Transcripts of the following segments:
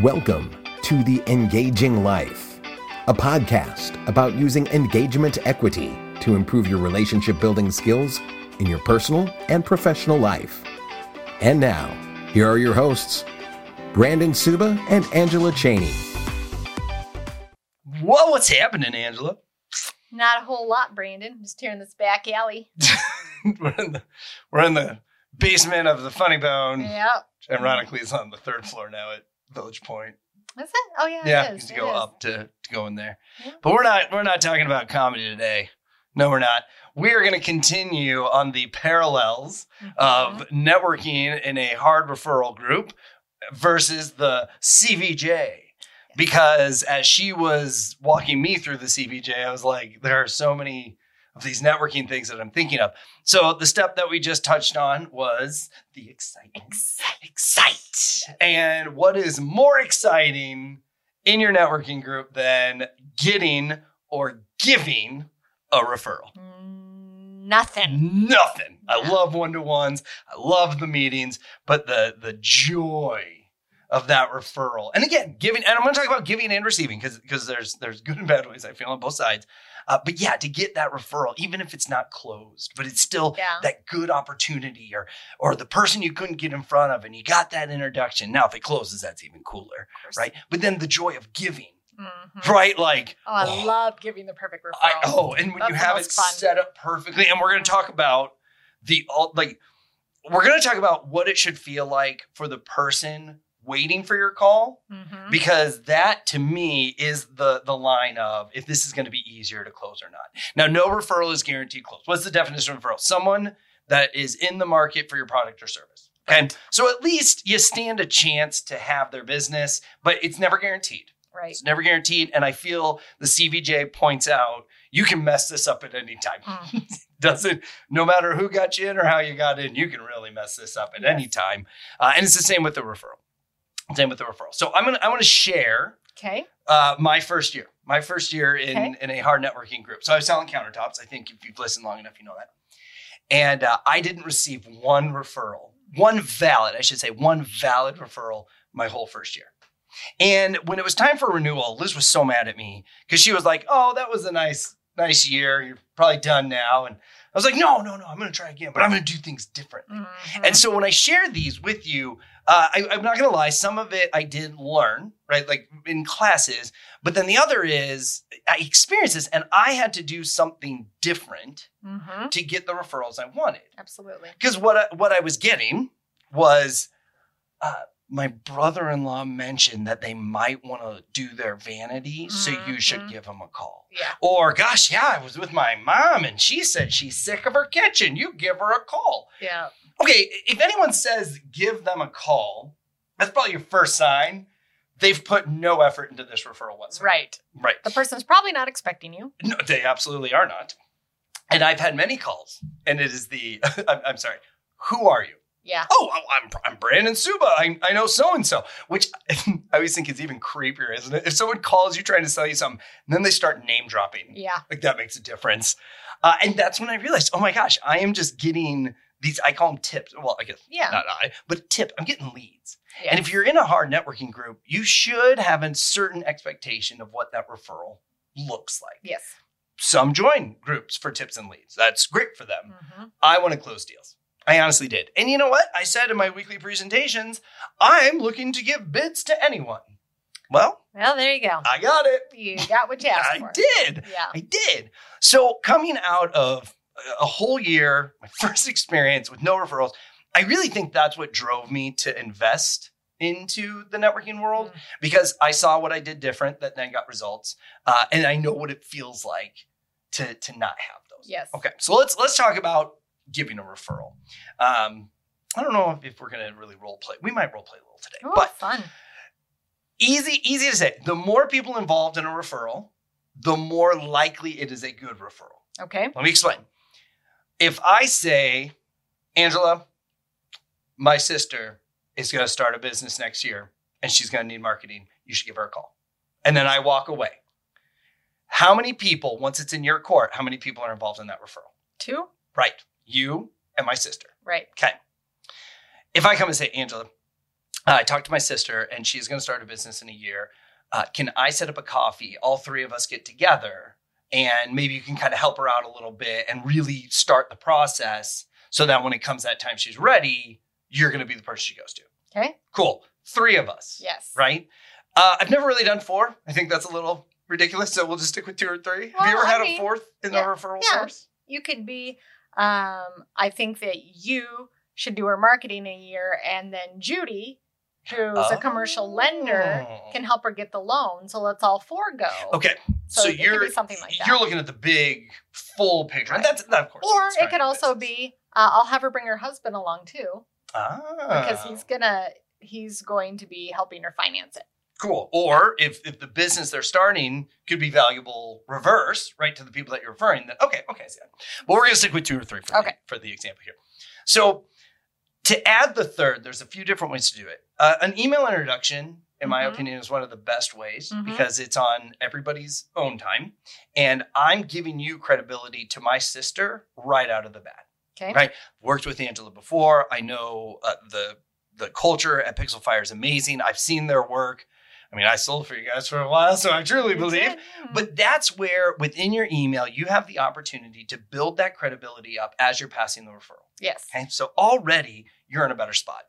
Welcome to The Engaging Life, a podcast about using engagement equity to improve your relationship building skills in your personal and professional life. And now, here are your hosts, Brandon Suba and Angela Cheney. Whoa, what's happening, Angela? Not a whole lot, Brandon. Just here in this back alley. we're in the we're in the basement of the Funny Bone. yep. Ironically, it's on the third floor now at Village Point. Is it? Oh yeah, yeah, it you have is. to it go is. up to, to go in there. Yeah. But we're not we're not talking about comedy today. No, we're not. We are going to continue on the parallels Mm-hmm. Uh-huh. of networking in a hard referral group versus the CVJ. Because as she was walking me through the CVJ, I was like, there are so many of these networking things that I'm thinking of. So the step that we just touched on was the excitement. Excite. And what is more exciting in your networking group than getting or giving a referral? Um, Mm, Mm-hmm. Nothing. Nothing. I Yeah. love one to ones. I love the meetings, but the the joy of that referral. And again, giving. And I'm going to talk about giving and receiving because because there's there's good and bad ways I feel on both sides. Uh, but yeah, to get that referral, even if it's not closed, but it's still Yeah. that good opportunity or or the person you couldn't get in front of and you got that introduction. Now if it closes, that's even cooler, of course. right? But then the joy of giving, Mhm. right? Like Oh, I love giving the perfect referral. I, oh, and when you That's the have it most fun. set up perfectly, and we're going to talk about the all like we're going to talk about what it should feel like for the person waiting for your call Mhm. because that to me is the the line of if this is going to be easier to close or not. Now, no referral is guaranteed close. What's the definition of referral? Someone that is in the market for your product or service. Okay, so at least you stand a chance to have their business, but it's never guaranteed. Right. It's never guaranteed. And I feel the CVJ points out you can mess this up at any time. Mm. Doesn't no matter who got you in or how you got in, you can really mess this up at any time. Uh, and it's the same with the referral. Same with the referral. So I'm gonna I want to share Okay. uh, my first year, my first year in Okay. in a hard networking group. So I was selling countertops. I think if you've listened long enough, you know that. And uh, I didn't receive one referral, one valid, I should say, one valid referral my whole first year. And when it was time for renewal, Liz was so mad at me because she was like, "Oh, that was a nice nice year. You're probably done now." And I was like, "No, no, no. I'm going to try again, but I'm going to do things differently." Mhm. And so when I share these with you, uh, I, I'm not going to lie, some of it I did learn, right? Like in classes. But then the other is I experienced this and I had to do something different Mhm. to get the referrals I wanted. Absolutely. Because what I, what I was getting was uh, my brother in law mentioned that they might want to do their vanity, so you should Mhm. give them a call. Yeah. Or, gosh, yeah, I was with my mom and she said she's sick of her kitchen. You give her a call. Yeah. Okay, if anyone says give them a call, that's probably your first sign. They've put no effort into this referral whatsoever. Right. Right. The person's probably not expecting you. No, they absolutely are not. And I've had many calls, and it is the, I'm, I'm sorry, who are you? Yeah. Oh, I'm, I'm Brandon Suba. I, I know so and so, which I always think is even creepier, isn't it? If someone calls you trying to sell you something, and then they start name dropping Yeah. like that makes a difference. Uh, and that's when I realized, oh my gosh, I am just getting these. I call them tips. Well, I guess Yeah. not I, but tip. I'm getting leads. Yeah. And if you're in a hard networking group, you should have a certain expectation of what that referral looks like. yes. Some join groups for tips and leads. That's great for them. hmm I want to close deals. I honestly did. And you know what? I said in my weekly presentations, I'm looking to give bids to anyone. Well, Well, there you go. I got it. You got what you asked I for. did. Yeah. I did. So coming out of a whole year, my first experience with no referrals, I really think that's what drove me to invest into the networking world Mm. because I saw what I did different that then got results, uh, and I know what it feels like to to not have those. Yes. Okay, so let's let's talk about giving a referral. Um, I don't know if, if we're gonna really role play. We might role play a little today, Oh, but fun. easy easy to say. The more people involved in a referral, the more likely it is a good referral. Okay. Let me explain. If I say, Angela, my sister is going to start a business next year and she's going to need marketing, you should give her a call. And then I walk away. How many people, once it's in your court, how many people are involved in that referral? Two. Right. You and my sister. Right. If I come and say, Angela, Uh, I talked to my sister, and she's going to start a business in a year. Uh, can I set up a coffee? All three of us get together, and maybe you can kind of help her out a little bit and really start the process so that when it comes that time she's ready, you're going to be the person she goes to. Okay. Cool. Three of us. Yes. Right? Uh, I've never really done four. I think that's a little ridiculous. So we'll just stick with two or three. Have you Well, ever I had mean, a fourth in yeah, the referral yeah. source? You could be. Um, I think that you should do her marketing in a year, and then Judy, who's a commercial lender, Oh. can help her get the loan. So let's all four go. Okay. So, So, it could you're be something like that. you're looking at the big full picture. And Right. that's that of course. or that's it starting could a also business. be uh, I'll have her bring her husband along too ah, because he's gonna he's going to be helping her finance it. cool. Or if if the business they're starting could be valuable reverse, right, to the people that you're referring, then okay, okay, I see that. But we're gonna stick with two or three for Okay. the, for the example here. So to add the third, there's a few different ways to do it. Uh, an email introduction, in my Mhm. opinion, is one of the best ways Mhm. because it's on everybody's own time, and I'm giving you credibility to my sister right out of the bat. Okay. Right. worked with Angela before. I know uh, the the culture at Pixel Fire is amazing. I've seen their work. I mean, I sold for you guys for a while, so I truly You believe. did. Hmm. But that's where within your email, you have the opportunity to build that credibility up as you're passing the referral. yes. Okay. So already you're in a better spot.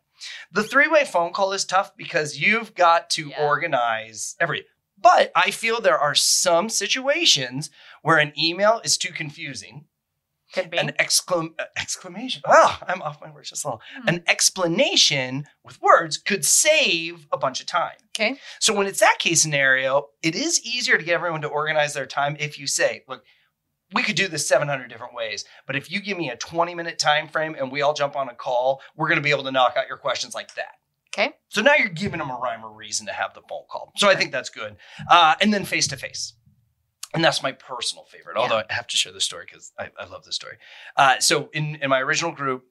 The three way phone call is tough because you've got to Yeah. organize everything. But I feel there are some situations where an email is too confusing Could be. an exclam- uh, exclamation. Oh, I'm off my words just a little. Hmm. An explanation with words could save a bunch of time. Okay. So when it's that case scenario, it is easier to get everyone to organize their time if you say, look, we could do this 700 different ways, but if you give me a 20 minute time frame and we all jump on a call, we're going to be able to knock out your questions like that. Okay. So now you're giving them a rhyme or reason to have the phone call. So I think that's good. Uh, and then face to face. And that's my personal favorite, although I have to share this story because I, I love this story. Uh, so in, in my original group,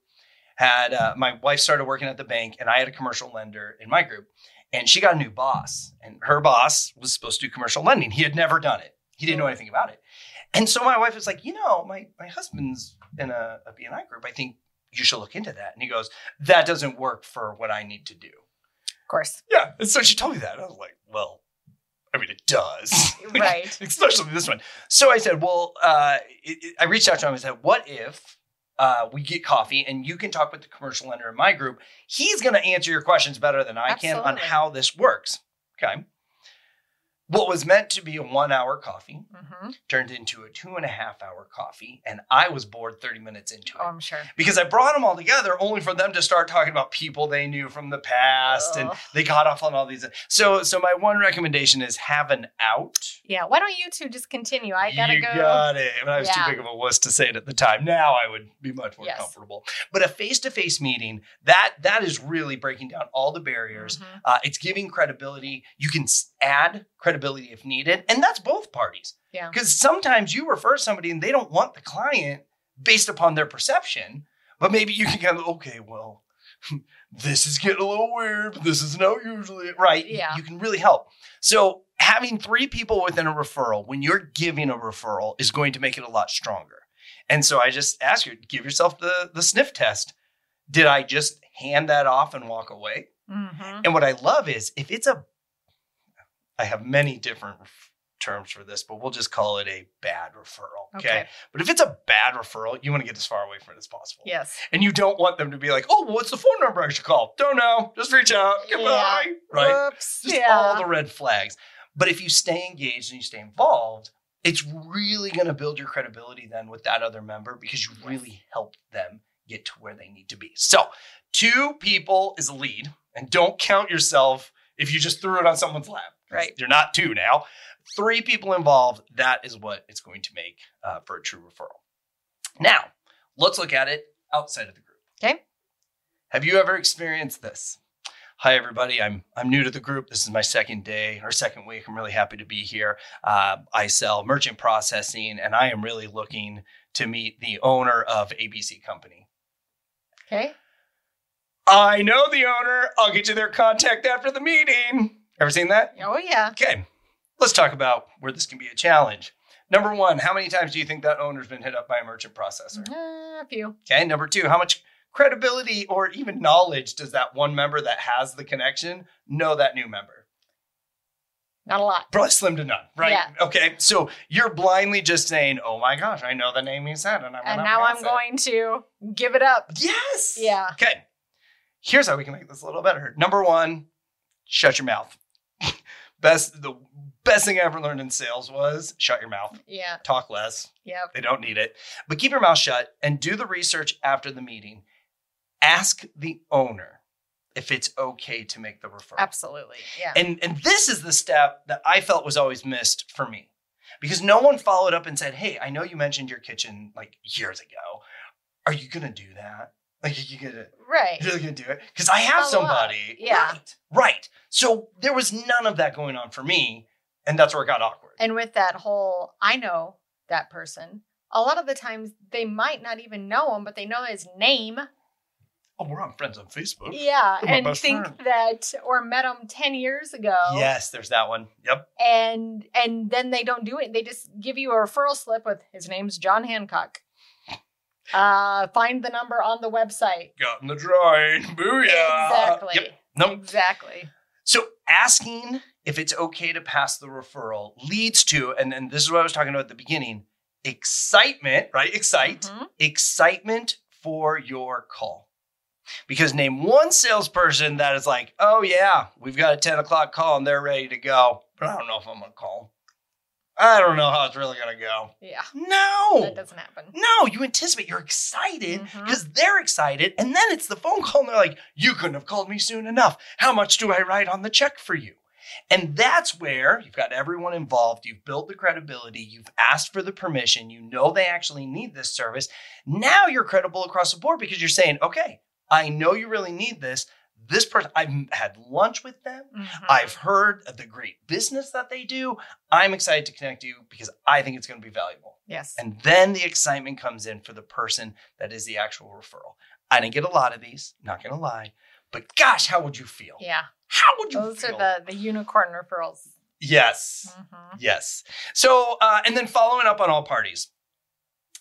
had uh, my wife started working at the bank, and I had a commercial lender in my group, and she got a new boss, and her boss was supposed to do commercial lending. He had never done it. He didn't know anything about it, and so my wife was like, you know, my my husband's in a, a BNI group. I think you should look into that. And he goes, that doesn't work for what I need to do. Of course. Yeah. And so she told me that. I was like, well, I mean, it does. Right. Especially this one. So I said, well, uh, it, it- I reached out to him and said, what if uh, we get coffee and you can talk with the commercial lender in my group? He's going to answer your questions better than I can on Absolutely. how this works. Okay. What was meant to be a one hour coffee hmm turned into a two and a half hour coffee. And I was bored 30 minutes into it Oh, I'm sure. because I brought them all together only for them to start talking about people they knew from the past and Ugh. they got off on all these. So, so my one recommendation is have an out. Yeah. Why don't you two just continue? I gotta you go. got it. And I was Yeah. too big of a wuss to say it at the time. Now I would be much more Yes. comfortable. But a face-to-face meeting that that is really breaking down all the barriers. Mhm. Uh, it's giving credibility. You can s- add credibility if needed, and that's both parties. Yeah. Because sometimes you refer somebody and they don't want the client based upon their perception, but maybe you can kind of okay, well, this is getting a little weird. But this isn't how usually right. You- Yeah. You can really help. So having three people within a referral when you're giving a referral is going to make it a lot stronger. And so I just ask you, give yourself the the sniff test. Did I just hand that off and walk away? Mhm. And what I love is if it's a, I have many different terms for this, but we'll just call it a bad referral. Okay. Okay. But if it's a bad referral, you want to get as far away from it as possible. Yes. And you don't want them to be like, oh, well, what's the phone number I should call? Don't know. Just reach out. Yeah. Goodbye. Right. Whoops. Just yeah. all the red flags. But if you stay engaged and you stay involved, it's really going to build your credibility then with that other member because you really helped them get to where they need to be. So, two people is a lead, and don't count yourself if you just threw it on someone's lap. Right. You're not two now. Three people involved, that is what it's going to make uh, for a true referral. Now, let's look at it outside of the group. Okay. Have you ever experienced this? Hi everybody. I'm I'm new to the group. This is my second day or second week. I'm really happy to be here. Uh, I sell merchant processing, and I am really looking to meet the owner of ABC Company. okay. I know the owner. I'll get you their contact after the meeting. Ever seen that? Oh yeah. Okay. Let's talk about where this can be a challenge. Number Mm-hmm. one, how many times do you think that owner's been hit up by a merchant processor? Uh, a few. Okay. Number two, how much credibility or even knowledge does that one member that has the connection know that new member? Not a lot. Probably slim to none, right? Yeah. Okay, so you're blindly just saying, "Oh my gosh, I know the name he said," and I'm And now I'm going to give it up. Yes. Yeah. Okay. Here's how we can make this a little better. Number one, shut your mouth. best the best thing I ever learned in sales was shut your mouth. Yeah. Talk less. Yeah. They don't need it. But keep your mouth shut and do the research after the meeting. Ask the owner if it's okay to make the referral. Absolutely. Yeah. And and this is the step that I felt was always missed for me. Because no one followed up and said, "Hey, I know you mentioned your kitchen like years ago. Are you going to do that? Like are you going to right. you're gonna do it because I have Follow up. somebody. Yeah. Right. Right. So there was none of that going on for me, and that's where it got awkward. And with that whole, I know that person. A lot of the times they might not even know him, but they know his name. oh, we're on friends on Facebook. Yeah. You're my And best think friend. that or met him 10 years ago. Yes, there's that one. Yep. And and then they don't do it. They just give you a referral slip with his name's John Hancock. Uh find the number on the website. Got in the drawing. Booyah. Exactly. Yep. Nope. Exactly. So asking if it's okay to pass the referral leads to, and, and this is what I was talking about at the beginning, excitement, right? Excite. Mhm. excitement for your call. Because name one salesperson that is like, oh yeah, we've got a 10 o'clock call and they're ready to go, but I don't know if I'm gonna call. I don't know how it's really gonna go. Yeah. No. That doesn't happen. No, you anticipate, you're excited Mhm. because they're excited. And then it's the phone call and they're like, you couldn't have called me soon enough. How much do I write on the check for you? And that's where you've got everyone involved. You've built the credibility. You've asked for the permission. You know they actually need this service. Now you're credible across the board because you're saying, okay, I know you really need this. This person, I've had lunch with them. Mhm. I've heard of the great business that they do. I'm excited to connect you because I think it's going to be valuable. yes. And then the excitement comes in for the person that is the actual referral. I didn't get a lot of these, not gonna lie, but gosh, how would you feel? yeah. How would you Those feel? are the the unicorn referrals. yes, Mhm. yes. So, uh, and then following up on all parties.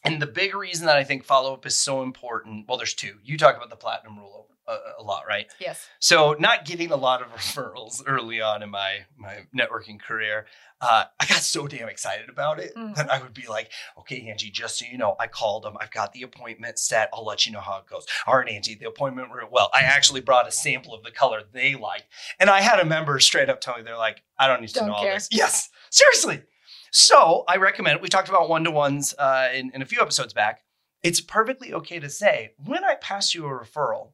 And the big reason that I think follow up is so important, well, there's two. You talk about the platinum rule a, a lot, right? Yes. So, not getting a lot of referrals early on in my my networking career, uh, I got so damn excited about it Mhm. that I would be like, "Okay, Angie, just so you know, I called them. I've got the appointment set. I'll let you know how it goes." All right, Angie, the appointment went well. I actually brought a sample of the color they liked, and I had a member straight up tell me they're like, "I don't need to Don't know all care. this." Yes, seriously. So, I recommend. We talked about one to ones uh, in, in a few episodes back. It's perfectly okay to say when I pass you a referral.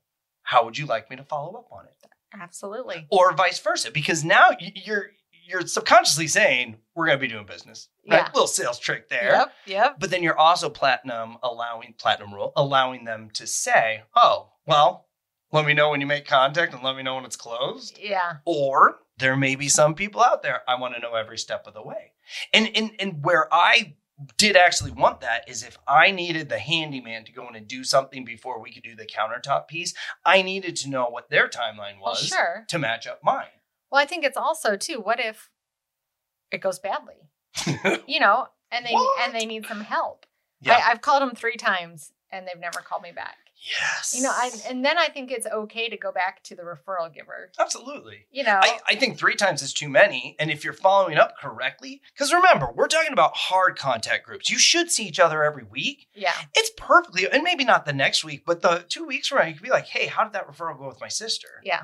How would you like me to follow up on it? Absolutely. or vice versa because now y- you're you're subconsciously saying we're going to be doing business right Yeah. little sales trick there Yep. Yep. but then you're also platinum allowing platinum rule allowing them to say oh well let me know when you make contact and let me know when it's closed Yeah. or there may be some people out there i want to know every step of the way and and and where i did actually want that is if i needed the handyman to go in and do something before we could do the countertop piece i needed to know what their timeline was Well, sure. to match up mine Well, I think it's also too. What if it goes badly? you know, and they What? and they need some help. Yeah. I, I've called them three times and they've never called me back. yes. You know, I, and then I think it's okay to go back to the referral giver. absolutely. You know, I, I think three times is too many. And if you're following up correctly, because remember, we're talking about hard contact groups. You should see each other every week. yeah, It's perfectly, and maybe not the next week, but the two weeks from now, you could be like, hey, how did that referral go with my sister? yeah,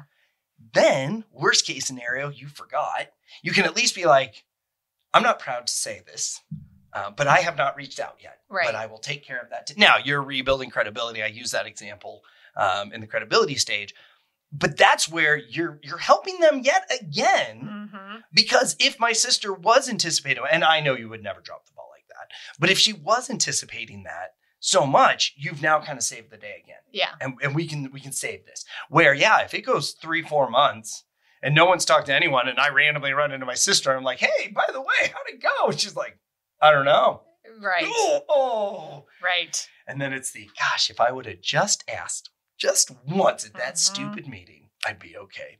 Then, worst case scenario, you forgot. You can at least be like, I'm not proud to say this, uh, but I have not reached out yet. Right. But I will take care of that. t- now, you're rebuilding credibility. I use that example um, in the credibility stage. But that's where you're you're helping them yet again hmm because if my sister was anticipating, and I know you would never drop the ball like that, but if she was anticipating that so much, you've now kind of saved the day again yeah, and, and we can we can save this. Where yeah, if it goes three four months and no one's talked to anyone, and I randomly run into my sister, and I'm like, hey, by the way, how'd it go? And she's like, I don't know. right, Oh, oh. right, And then it's the gosh, if I would have just asked just once at that Mhm. stupid meeting, I'd be okay.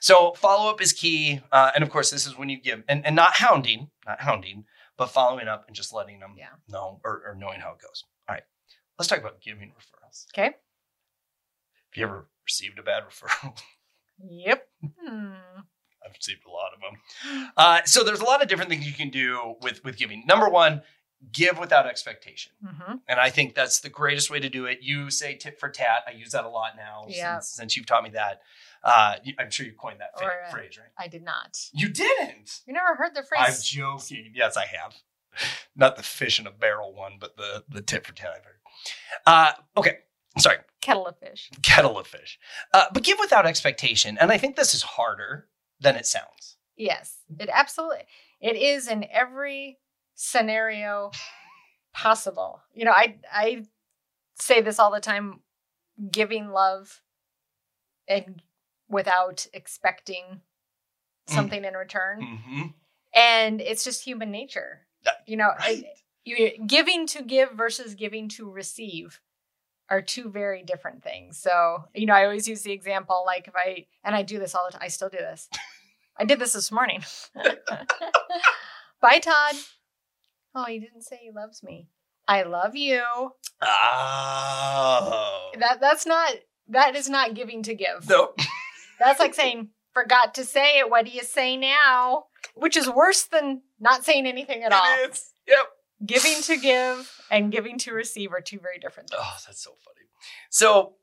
So follow up is key, uh, and of course, this is when you give and, and not hounding, not hounding, but following up and just letting them Yeah. know or, or knowing how it goes. All right, let's talk about giving referrals. okay, you ever received a bad referral? Yep. Hmm. I've received a lot of them. Uh, so there's a lot of different things you can do with with giving. Number one, give without expectation, hmm and I think that's the greatest way to do it. You say tit for tat. I use that a lot now Yeah. since, since you've taught me that. Uh, you- I'm sure you coined that fa- Or, uh, phrase, right? I did not. You didn't. You never heard the I'm phrase. joking. Yes, I have. Not the fish in a barrel one, but the the tit for tat I've heard. Uh, okay, sorry. Kettle of fish. kettle of fish. Uh, but give without expectation. And I think this is harder than it sounds. Yes, it absolutely. It is in every scenario possible. You know, I I say this all the time: giving love and without expecting Mm. something in return, Mm-hmm. and it's just human nature. Yeah, You know, Right. I- you giving to give versus giving to receive are two very different things. So, you know, I always use the example like if I and I do this all the time, I still do this. I did this this morning. Bye Todd. Oh, he didn't say he loves me. I love you. Oh. That that's not that is not giving to give. no. That's like saying forgot to say it. What do you say now? Which is worse than not saying anything at all. It is. Yep. Giving to give and giving to receive are two very different things. Oh, that's so funny. So,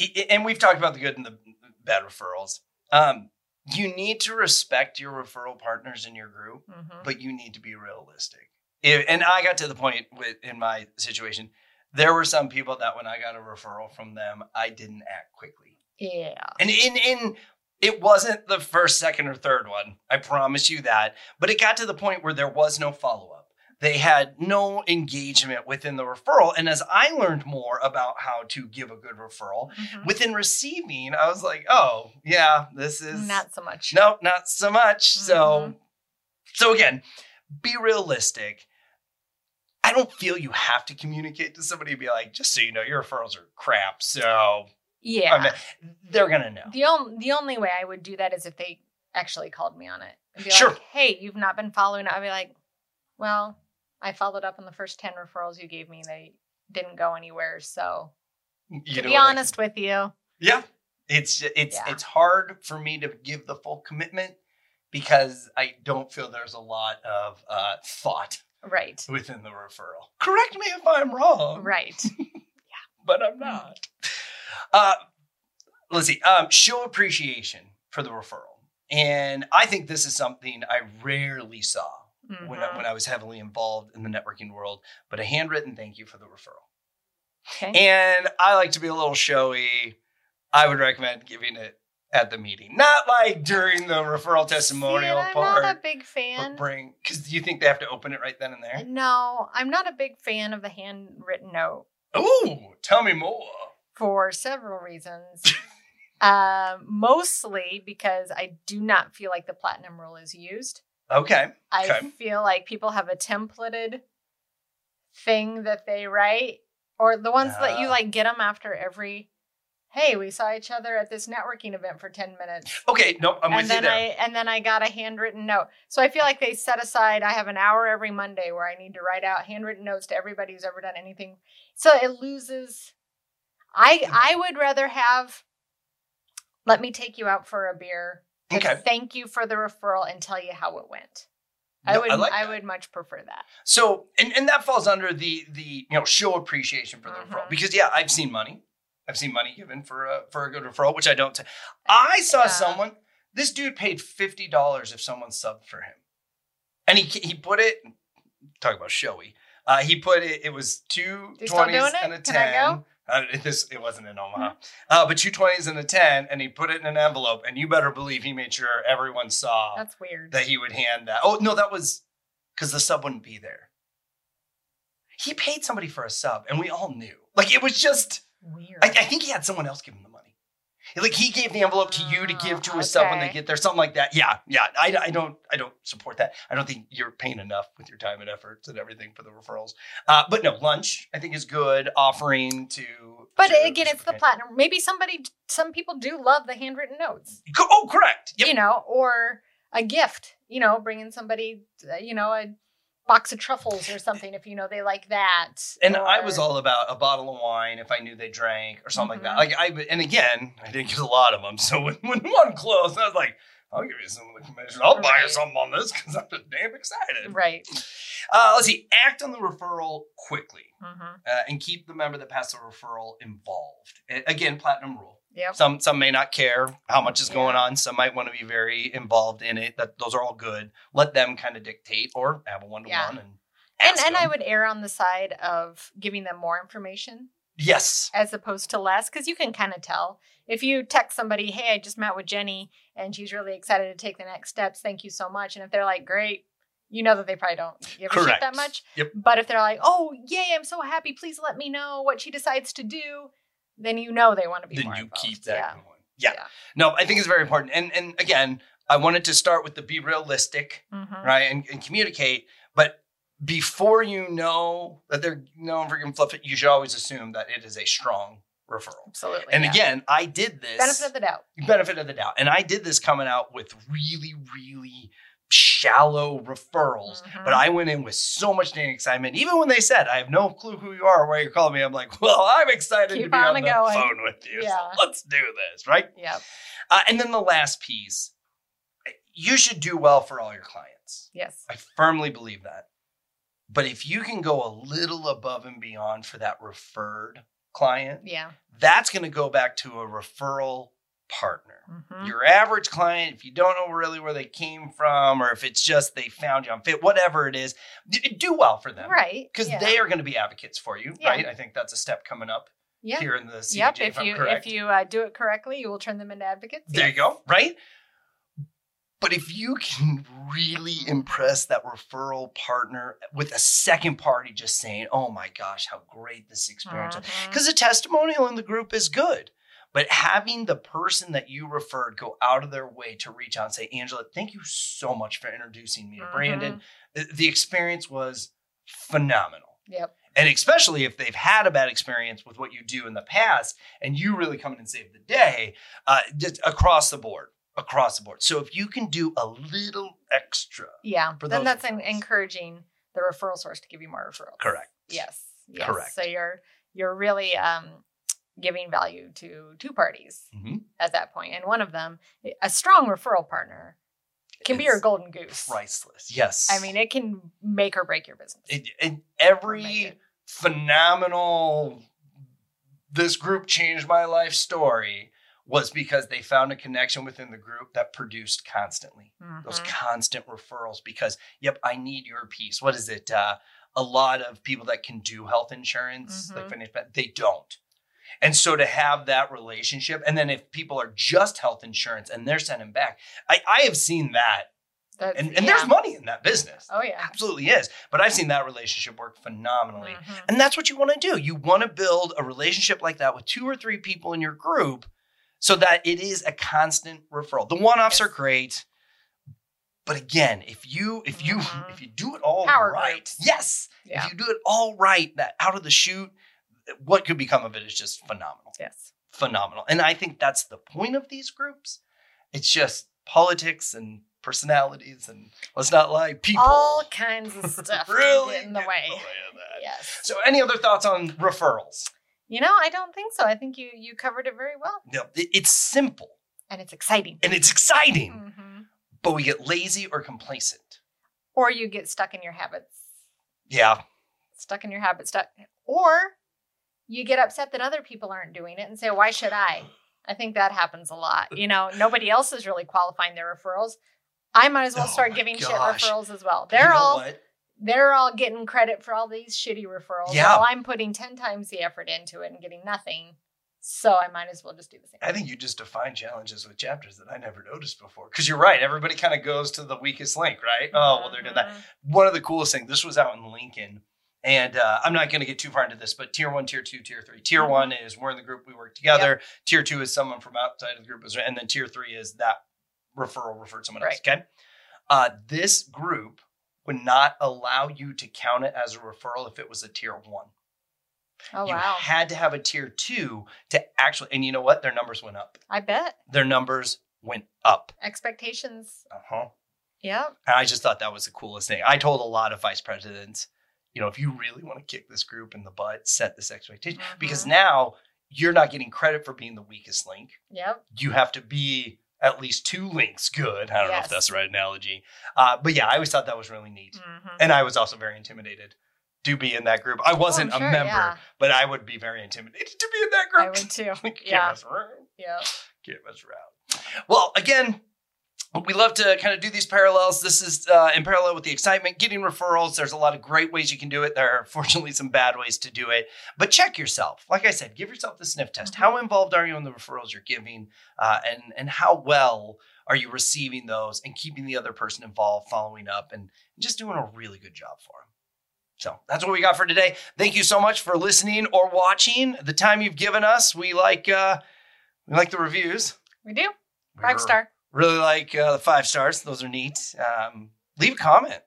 i- i- and we've talked about the good and the bad referrals. Um, you need to respect your referral partners in your group. Mhm. but you need to be realistic. If, and I got to the point with in my situation, there were some people that when I got a referral from them, I didn't act quickly. Yeah. And in in it wasn't the first, second, or third one. I promise you that. But it got to the point where there was no follow up. They had no engagement within the referral. And as I learned more about how to give a good referral, Mhm. within receiving, I was like, oh, yeah, this is Not Mm-hmm. so much. Nope, not so much. So, so again, be realistic. I don't feel you have to communicate to somebody and be like, just so you know, your referrals are crap. So Yeah. I mean, they're gonna know. the only the only way I would do that is if they actually called me on it. And be like, Sure. Hey, you've not been following. up." I'd be like, well, I followed up on the first ten referrals you gave me. They didn't go anywhere. So You know to be what I- honest with you, yeah, it's it's Yeah. it's hard for me to give the full commitment because I don't feel there's a lot of uh, thought right, within the referral. Correct me if I'm wrong. right. Mm-hmm. but I'm not. Uh, let's see. Um, show appreciation for the referral, and I think this is something I rarely saw when I, Mhm. when I was heavily involved in the networking world. But a handwritten thank you for the referral, okay. and I like to be a little showy. I would recommend giving it at the meeting, not like during the referral testimonial See, and I'm not a part. big But fan. bring because you think they have to open it right then and there. No, I'm not a big fan of the handwritten note. Ooh, tell me more. for several reasons. uh, mostly because I do not feel like the platinum rule is used. Okay, I Okay. feel like people have a templated thing that they write, or the ones that you Ah. like get them after every. Hey, we saw each other at this networking event for ten minutes, okay, nope, I'm and with you then there. I and then I got a handwritten note. So I feel like they set aside. I have an hour every Monday where I need to write out handwritten notes to everybody who's ever done anything. So it loses. I I would rather have. Let me take you out for a beer. to Okay. Thank you for the referral and tell you how it went. I No, would I, like that. would much prefer that. So and, and that falls under the the you know show appreciation for the Mhm. referral because yeah I've seen money I've seen money given for a for a good referral which I don't t- I saw Yeah. someone this dude paid fifty dollars if someone subbed for him and he he put it talk about showy uh, he put it it was two You still twenties doing it? and a Can I Mm-hmm. ten. Uh, this it wasn't in Omaha, uh, but two twenties and a ten, and he put it in an envelope, and you better believe he made sure everyone saw That's weird. that he would hand that. Oh no, that was because the sub wouldn't be there. He paid somebody for a sub, and we all knew. Like it was just. weird. I, I think he had someone else give him the money. Like he gave the envelope to you to give to a sub when they Okay. get there, something like that. Yeah, yeah. I, I don't I don't support that. I don't think you're paying enough with your time and efforts and everything for the referrals. Uh, but no, lunch I think is good offering to. but to again, it's the reciprocate. platinum. Maybe somebody, some people do love the handwritten notes. Co- Oh, correct. Yep. you know, or a gift, you know, bringing somebody, uh, you know, a box of truffles or something if you know they like that. And or- I was all about a bottle of wine if I knew they drank or something Mhm. like that. Like I and again, I didn't get a lot of them. So when, when one closed, I was like, I'll give you some of the commission. I'll buy you Right. something on this because I'm just damn excited. right. Uh, let's see. Act on the referral quickly Mm-hmm. uh, and keep the member that passed the referral involved. A- again, platinum rule. Yep. Some some may not care how much is going on. Some might want to be very involved in it. That those are all good. Let them kind of dictate or have a one to Yeah. one and And ask and I them. would err on the side of giving them more information yes as opposed to less because you can kind of tell if you text somebody hey i just met with jenny and she's really excited to take the next steps thank you so much and if they're like great you know that they probably don't give a shit Correct. that much Yep. but if they're like oh yay i'm so happy please let me know what she decides to do then you know they want to be then more you involved. keep that yeah. going. Yeah. Yeah. No, I think it's very important. And and again, I wanted to start with the be realistic, Mhm. right? And, and communicate. But before you know that they're known for getting fluff, you should always assume that it is a strong referral. absolutely And yeah. again, I did this benefit of the doubt benefit of the doubt. And I did this coming out with really, really shallow referrals. Mhm. But I went in with so much dang excitement. Even when they said, I have no clue who you are or why you're calling me, I'm like, well, I'm excited to Keep be on on, the going. phone with you. So Yeah. let's do this, right? yep Uh, and then the last piece eh, you should do well for all your clients. yes I firmly believe that. But if you can go a little above and beyond for that referred client, yeah that's going to go back to a referral partner. Mhm. Your average client, if you don't know really where they came from, or if it's just they found you on fit, whatever it is, d- do well for them. right Because yeah. they are going to be advocates for you, Yeah. right? I think that's a step coming up yeah here in the CDJ, yep if, if you I'm correct. if you uh, do it correctly you will turn them into advocates There you Yes. Mm-hmm. go, right? But if you can really impress that referral partner with a second party just saying, oh my gosh, how great this experience was. Mhm. Because the testimonial in the group is good. But having the person that you referred go out of their way to reach out and say, Angela, thank you so much for introducing me to Brandon. Mm-hmm. The, the experience was phenomenal. Yep. And especially if they've had a bad experience with what you do in the past and you really come in and save the day uh, just across the board, across the board. So if you can do a little extra. Yeah. for then those that's en- referrals. encouraging the referral source to give you more referrals. Correct. Yes. Yes. Correct. So you're you're really um, giving value to two parties Mhm. at that point, and one of them, eh, a strong referral partner, can be your It's golden goose. Priceless. Yes. I mean, it can make or break your business. it, it- Or make every it. phenomenal, this group changed my life story was because they found a connection within the group that produced constantly. those Mhm. constant referrals because yep i need your piece what is it uh, a lot of people that can do health insurance like Mhm. financial plan, they don't and so to have that relationship and then if people are just health insurance and they're sending back i, I have seen that That's- and, and yeah. there's money in that business Oh yeah. absolutely is but i've seen that relationship work phenomenally Mhm. and that's what you want to do. You want to build a relationship like that with two or three people in your group so that it is a constant referral. The one-offs Yes. are great. But again, if you if you Mhm. if you do it all right, Power groups. yes. Yeah. If you do it all right, that out of the shoot, what could become of it is just phenomenal. Yes. Phenomenal. And I think that's the point of these groups. It's just politics and personalities and let's not lie, people. All kinds of stuff can get really in the get way. of that. Yes. So, any other thoughts on referrals? you know, I don't think so. I think you you covered it very well, No, it- it's simple and it's exciting. and it's exciting, hmm but we get lazy or complacent. Or you get stuck in your habits. Yeah, stuck in your habit stuck or you get upset that other people aren't doing it and say why should i i think that happens a lot you know nobody else is really qualifying their referrals i might as well Oh start my giving shit gosh. referrals as well You they're know all what? they're all getting credit for all these shitty referrals Yeah. while i'm putting 10 times the effort into it and getting nothing so i might as well just do the same I think you just define challenges with chapters that I never noticed before. Because you're right, everybody kind of goes to the weakest link, right? Oh, well, they're doing that. Mhm. One of the coolest things. This was out in Lincoln, and uh, I'm not going to get too far into this, but tier one, tier two, tier three. Tier Mhm. one is we're in the group, we work together. Tier two is someone from outside of the group, and then tier three is that referral referred someone else. Okay. Uh, this group would not allow you to count it as a referral if it was a tier one. oh you wow had to have a tier two to actually, and you know what? Their numbers went up. i bet Their numbers went up. expectations Uh huh. Yep. And I just thought that was the coolest thing. I told a lot of vice presidents, you know, if you really want to kick this group in the butt, set this expectation because Mhm. now you're not getting credit for being the weakest link. Yep. You have to be at least two links good. I don't know if Yes. that's the right analogy. Uh, but yeah, I always thought that was really neat. Mhm. And I was also very intimidated to be in that group. I wasn't Oh, I'm a sure, member, yeah. but I would be very intimidated to be in that group. I would too. Like, Yeah. cameras around, Yeah. cameras around. Well, again, we love to kind of do these parallels. This is uh, in parallel with the excitement, getting referrals. There's a lot of great ways you can do it. There are fortunately some bad ways to do it, but check yourself. Like I said, give yourself the sniff test. Mhm. How involved are you in the referrals you're giving, uh, and and how well are you receiving those and keeping the other person involved, following up, and just doing a really good job for them. So that's what we got for today. Thank you so much for listening or watching. The time you've given us, we like uh, we like the reviews. We do. We Five re- star. Really like uh, the five stars. Those are neat. Um, leave a comment.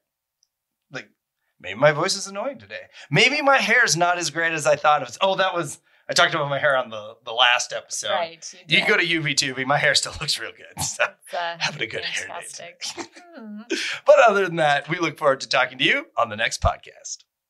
Like maybe my voice is annoying today. Maybe my hair is not as great as I thought it was. Oh, that was I talked about my hair on the the last episode. right. You did. can go to UV Tubing. My hair still looks real good. So It's, uh, having a good hair day. fantastic. Mhm. But other than that, we look forward to talking to you on the next podcast.